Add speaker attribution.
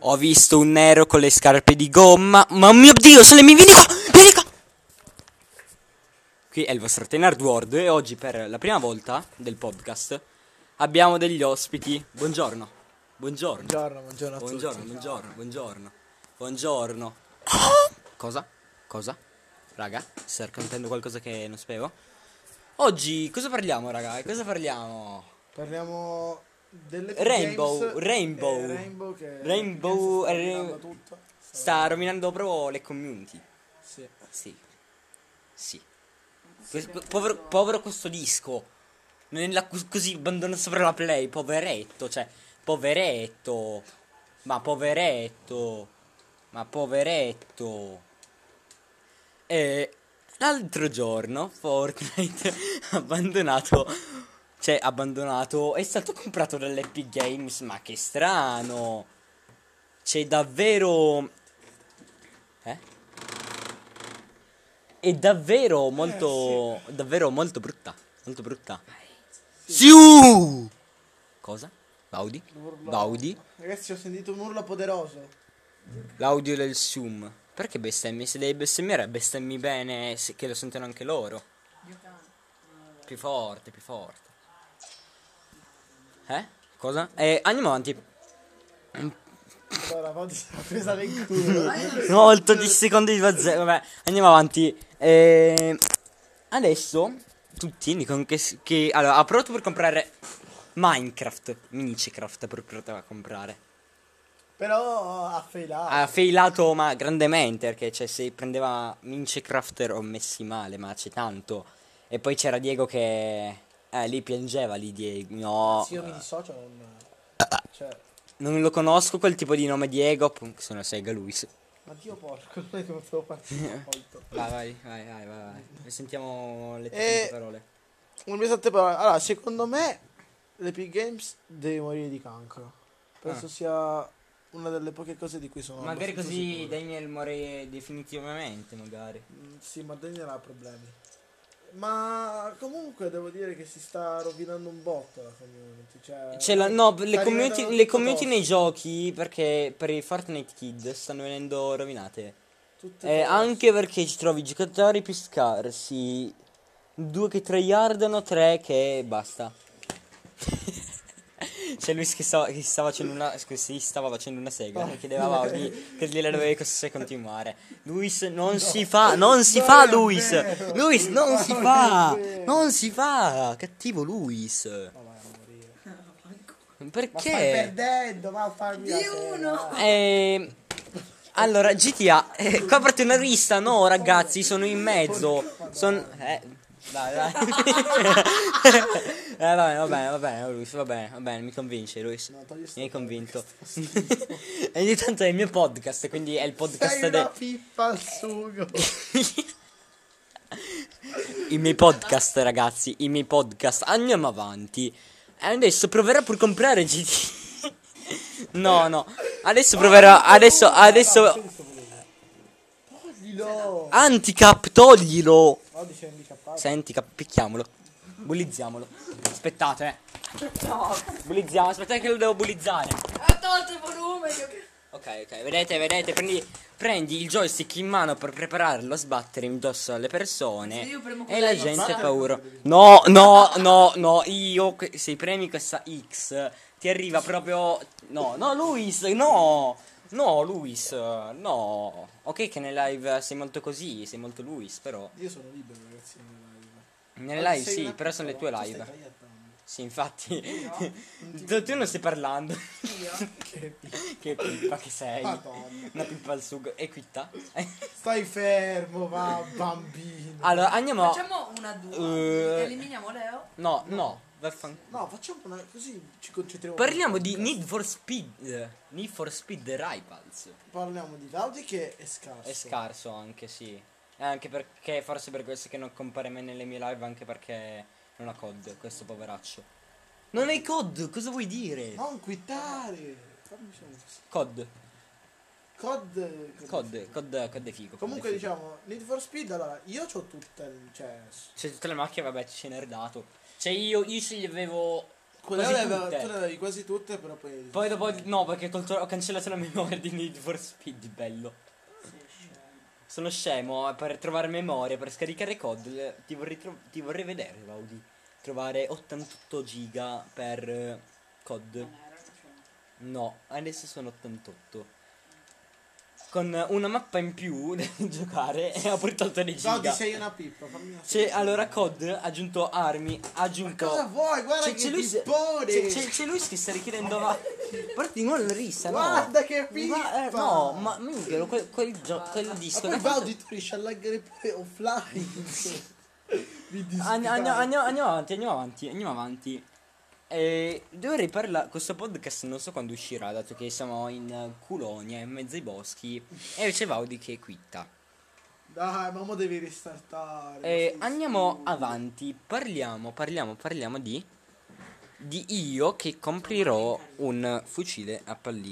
Speaker 1: Ho visto un nero con le scarpe di gomma. Ma mio dio, sono le mie. Vieni qua! Vieni qua! Qui è il vostro Tenard World e oggi per la prima volta del podcast abbiamo degli ospiti. Buongiorno. Buongiorno.
Speaker 2: Buongiorno, buongiorno a tutti.
Speaker 1: Buongiorno, buongiorno, buongiorno. Buongiorno. Cosa? Cosa? Raga, sto raccontando qualcosa che non sapevo. Oggi cosa parliamo, raga? Di Cosa parliamo?
Speaker 2: Parliamo delle
Speaker 1: Rainbow,
Speaker 2: games,
Speaker 1: Rainbow.
Speaker 2: eh, Rainbow che
Speaker 1: Rainbow,
Speaker 2: sta
Speaker 1: eh,
Speaker 2: dominando tutto. Eh.
Speaker 1: Sta rovinando proprio le community.
Speaker 2: Sì.
Speaker 1: Sì. Sì. Que- po- povero, povero questo disco. Nella, cos- così abbandonato sopra la play, poveretto, cioè, poveretto. Ma poveretto. Ma poveretto. E l'altro giorno Fortnite ha abbandonato cioè abbandonato è stato comprato dall'Epic Games, ma che strano. C'è davvero eh? È davvero molto. Davvero molto brutta. Molto brutta. Siu! Cosa? Baudi? Baudi?
Speaker 2: Ragazzi, ho sentito un urlo poderoso.
Speaker 1: L'audio del Zoom. Perché bestemmi? Se devi bestemmiare, bestemmi bene, se- che lo sentono anche loro. Più forte, più forte. Eh? Cosa? Eh, andiamo avanti.
Speaker 2: Allora, vado a presa del culo.
Speaker 1: No, 8 di secondi di zero. Vabbè, andiamo avanti. Ehm, adesso tutti dicono che, s- che- Allora, ha provato per comprare Minecraft. Minecraft per provato a comprare.
Speaker 2: Però ha failato.
Speaker 1: Ha failato ma grandemente perché cioè, se prendeva Minecraft ero messi male, ma c'è tanto. E poi c'era Diego che... Eh, lì piangeva lì Diego. No.
Speaker 2: Sì, io mi dissocio. Non... Cioè,
Speaker 1: Non lo conosco quel tipo di nome Diego. appunto, Sono sega Luis.
Speaker 2: ma dio porco, non è che potevo partire molto.
Speaker 1: Vai, vai, vai, vai, vai. vai. Sentiamo le
Speaker 2: Eh,
Speaker 1: tue parole.
Speaker 2: Non mi state parole. Allora, secondo me l'Epic Games deve morire di cancro.
Speaker 1: Ah.
Speaker 2: Penso sia una delle poche cose di cui sono
Speaker 1: Magari
Speaker 2: abbastanza
Speaker 1: così
Speaker 2: sicuro.
Speaker 1: Daniel muore definitivamente, magari.
Speaker 2: Mm, Sì, ma Daniel ha problemi. Ma comunque devo dire che si sta rovinando un botto la community. Cioè,
Speaker 1: C'è la- no, le
Speaker 2: sta
Speaker 1: community,
Speaker 2: diventando
Speaker 1: le
Speaker 2: tutto
Speaker 1: community nei
Speaker 2: tosto.
Speaker 1: giochi, perché per i Fortnite Kid stanno venendo rovinate.
Speaker 2: Tutte
Speaker 1: Eh,
Speaker 2: toste.
Speaker 1: anche perché ci trovi giocatori più scarsi. Due che tryhardano, tre che basta. C'è lui che stava, che stava facendo una. che si stava facendo una sega. Che chiedeva a Baudi che gliela dove se continuare. Luis non si fa, non si
Speaker 2: No,
Speaker 1: fa
Speaker 2: è
Speaker 1: Luis!
Speaker 2: vero.
Speaker 1: Luis non
Speaker 2: No,
Speaker 1: si
Speaker 2: non
Speaker 1: fa!
Speaker 2: è vero.
Speaker 1: Non si fa! Cattivo Luis!
Speaker 2: Ma vai a morire. Ma stai
Speaker 1: Perché?
Speaker 2: perdendo, ma fammi Di uno.
Speaker 1: Ehm, allora, GTA, eh, qua parte una rista, no ragazzi, sono in mezzo. Sono... Eh, dai, dai. eh, va bene, va bene, va bene, Luis, va bene, va bene, mi convince Luis.
Speaker 2: No, togli sto
Speaker 1: Mi hai convinto. e ogni tanto è il mio podcast, quindi è il podcast
Speaker 2: Sei una
Speaker 1: del...
Speaker 2: pippa al sugo.
Speaker 1: I miei podcast, ragazzi, i miei podcast. Andiamo avanti. E Adesso proverò pur comprare GT. no, no. Adesso proverò.
Speaker 2: Eh,
Speaker 1: Adesso, adesso.
Speaker 2: Toglilo.
Speaker 1: Anticap, toglilo.
Speaker 2: Oh, dice handicappato.
Speaker 1: Senti, cap- picchiamolo. Bullizziamolo. Aspettate, eh. Bullizziamo, aspettate che lo devo bullizzare.
Speaker 3: Ha tolto il volume, io che...
Speaker 1: Ok, ok, vedete, vedete, prendi, prendi il joystick in mano per prepararlo a sbattere indosso alle persone
Speaker 3: Se io premo
Speaker 1: e
Speaker 3: quella
Speaker 1: la
Speaker 3: X-
Speaker 1: gente ha
Speaker 3: Ma-
Speaker 1: paura. No, no, no, no, io que- se premi questa X ti arriva proprio... No, no, Luis, no, no, Luis, no. Ok che nel live sei molto così, sei molto Luis, però...
Speaker 2: Io sono libero, ragazzi, nella live.
Speaker 1: Nelle
Speaker 2: Oggi
Speaker 1: live
Speaker 2: sei
Speaker 1: sì,
Speaker 2: una
Speaker 1: però sono le tue
Speaker 2: pippa, tu
Speaker 1: live.
Speaker 2: stai cagliattando.
Speaker 1: Sì, infatti. tu, tu non stai parlando.
Speaker 2: Che pippa.
Speaker 1: che pippa che sei.
Speaker 2: Ah, Madonna.
Speaker 1: Una pippa al sugo. E qui sta.
Speaker 2: Stai fermo, va, bambino.
Speaker 1: Allora, andiamo.
Speaker 3: Facciamo una due.
Speaker 1: Eh.
Speaker 3: Eliminiamo Leo.
Speaker 1: No, no, vaffan-
Speaker 2: No, facciamo una... così ci concentriamo.
Speaker 1: Parliamo di Need for Speed. Need for Speed Rivals.
Speaker 2: Parliamo di Laudi che è scarso.
Speaker 1: È scarso anche, sì. E anche perché, forse per questo che non compare mai nelle mie live, anche perché non ha COD, questo poveraccio. Non hai COD, cosa vuoi dire?
Speaker 2: Non quittare. Fammi solo-
Speaker 1: COD,
Speaker 2: Cod. cod-
Speaker 1: COD, COD, COD è figo. COD è
Speaker 2: Comunque
Speaker 1: figo.
Speaker 2: diciamo, Need for Speed, allora, io ho tutte, cioè... s-
Speaker 1: C'è tutte le macchine, vabbè, ci ce n'è dato. Cioè, io, io ce li avevo
Speaker 2: Quelle
Speaker 1: Quasi
Speaker 2: le avevo-
Speaker 1: tutte.
Speaker 2: tu le avevi quasi tutte, però poi.
Speaker 1: Poi dopo, no, perché ho tolto- ho cancellato la memoria di Need for Speed, bello.
Speaker 3: Sei scemo.
Speaker 1: Sono scemo, eh, per trovare memoria, per scaricare COD, eh, ti vorrei, tro- ti vorrei vedere, Vaudi. Trovare 88 giga per eh, COD.
Speaker 3: Non era scemo.
Speaker 1: No, adesso sono 88. Con una mappa in più da giocare e ho pure tolto dei
Speaker 2: No, ti
Speaker 1: giga.
Speaker 2: sei una pippa, fammi una
Speaker 1: C'è, Cioè, allora COD ha aggiunto armi, ha aggiunto...
Speaker 2: Cosa vuoi? Guarda
Speaker 1: C'è,
Speaker 2: che
Speaker 1: c'è lui, se-
Speaker 2: pippone!
Speaker 1: c'è, c'è- c'è lui che sta richiedendo va- Guardi, non la rissa, no.
Speaker 2: Guarda che
Speaker 1: Ma, eh,
Speaker 2: pippa!
Speaker 1: no, ma minchia, quel, quel, gio- quel
Speaker 2: Ma
Speaker 1: disco...
Speaker 2: poi
Speaker 1: da quanto-
Speaker 2: Vaudi tu riesci a laggare pure offline. Mi dispiace.
Speaker 1: Andiamo, andiamo- andiamo- andiamo avanti, andiamo avanti, andiamo avanti. E dovrei parlare. Questo podcast non so quando uscirà, dato che siamo in eh, Culonia, in mezzo ai boschi. E c'è Vaudi che è quitta.
Speaker 2: Dai, mamma devi ristartare.
Speaker 1: E
Speaker 2: ma sei
Speaker 1: Eh, andiamo
Speaker 2: stupido.
Speaker 1: avanti, parliamo, parliamo, parliamo di. Di io che comprerò un fucile a palline.